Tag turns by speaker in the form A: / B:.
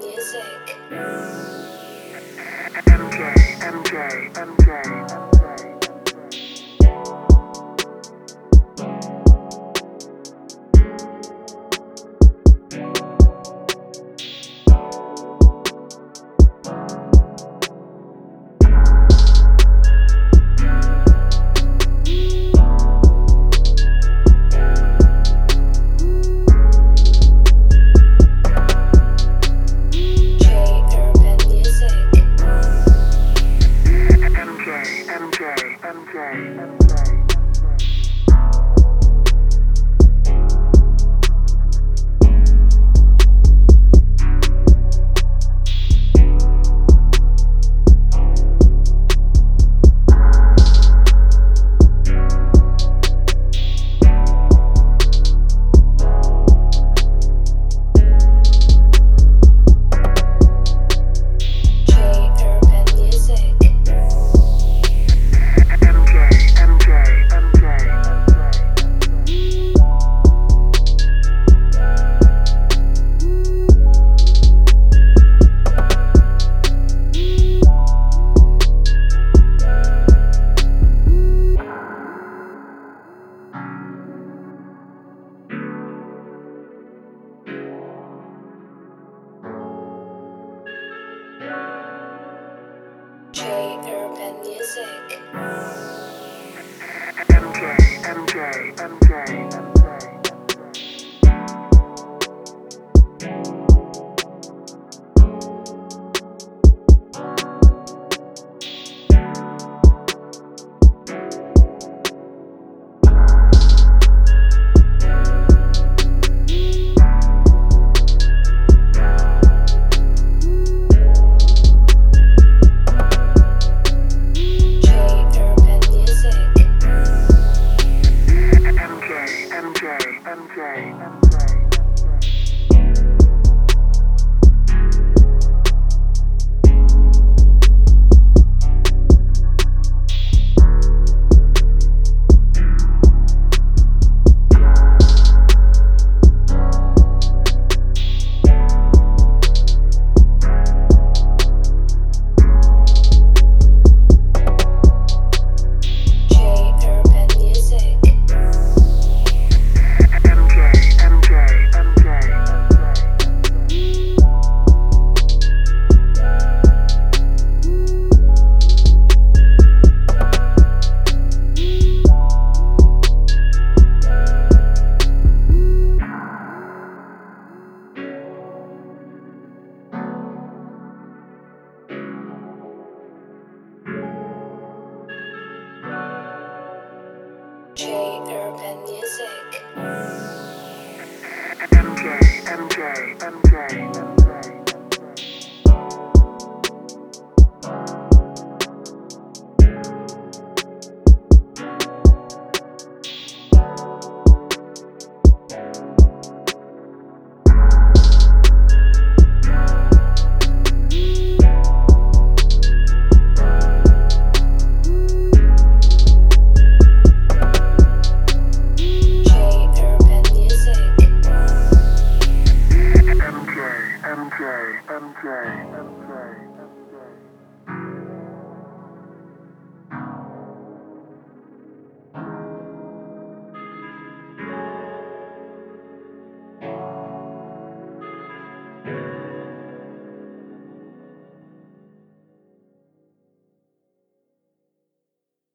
A: music.
B: MJ, MJ, MJ, MJ.
A: J Urban Music.
B: MJ, MJ, MJ, MJ.
A: J Urban Music.
B: MJ, MJ, MJ, MJ.
A: J Urban Music.
B: MJ, MJ, MJ, MJ.
A: J Urban Music.
B: MJ, MJ, MJ, MJ.
A: J Urban Music.
B: MJ, MJ, MJ, MJ.
A: J Urban Music.
B: MJ, MJ, MJ.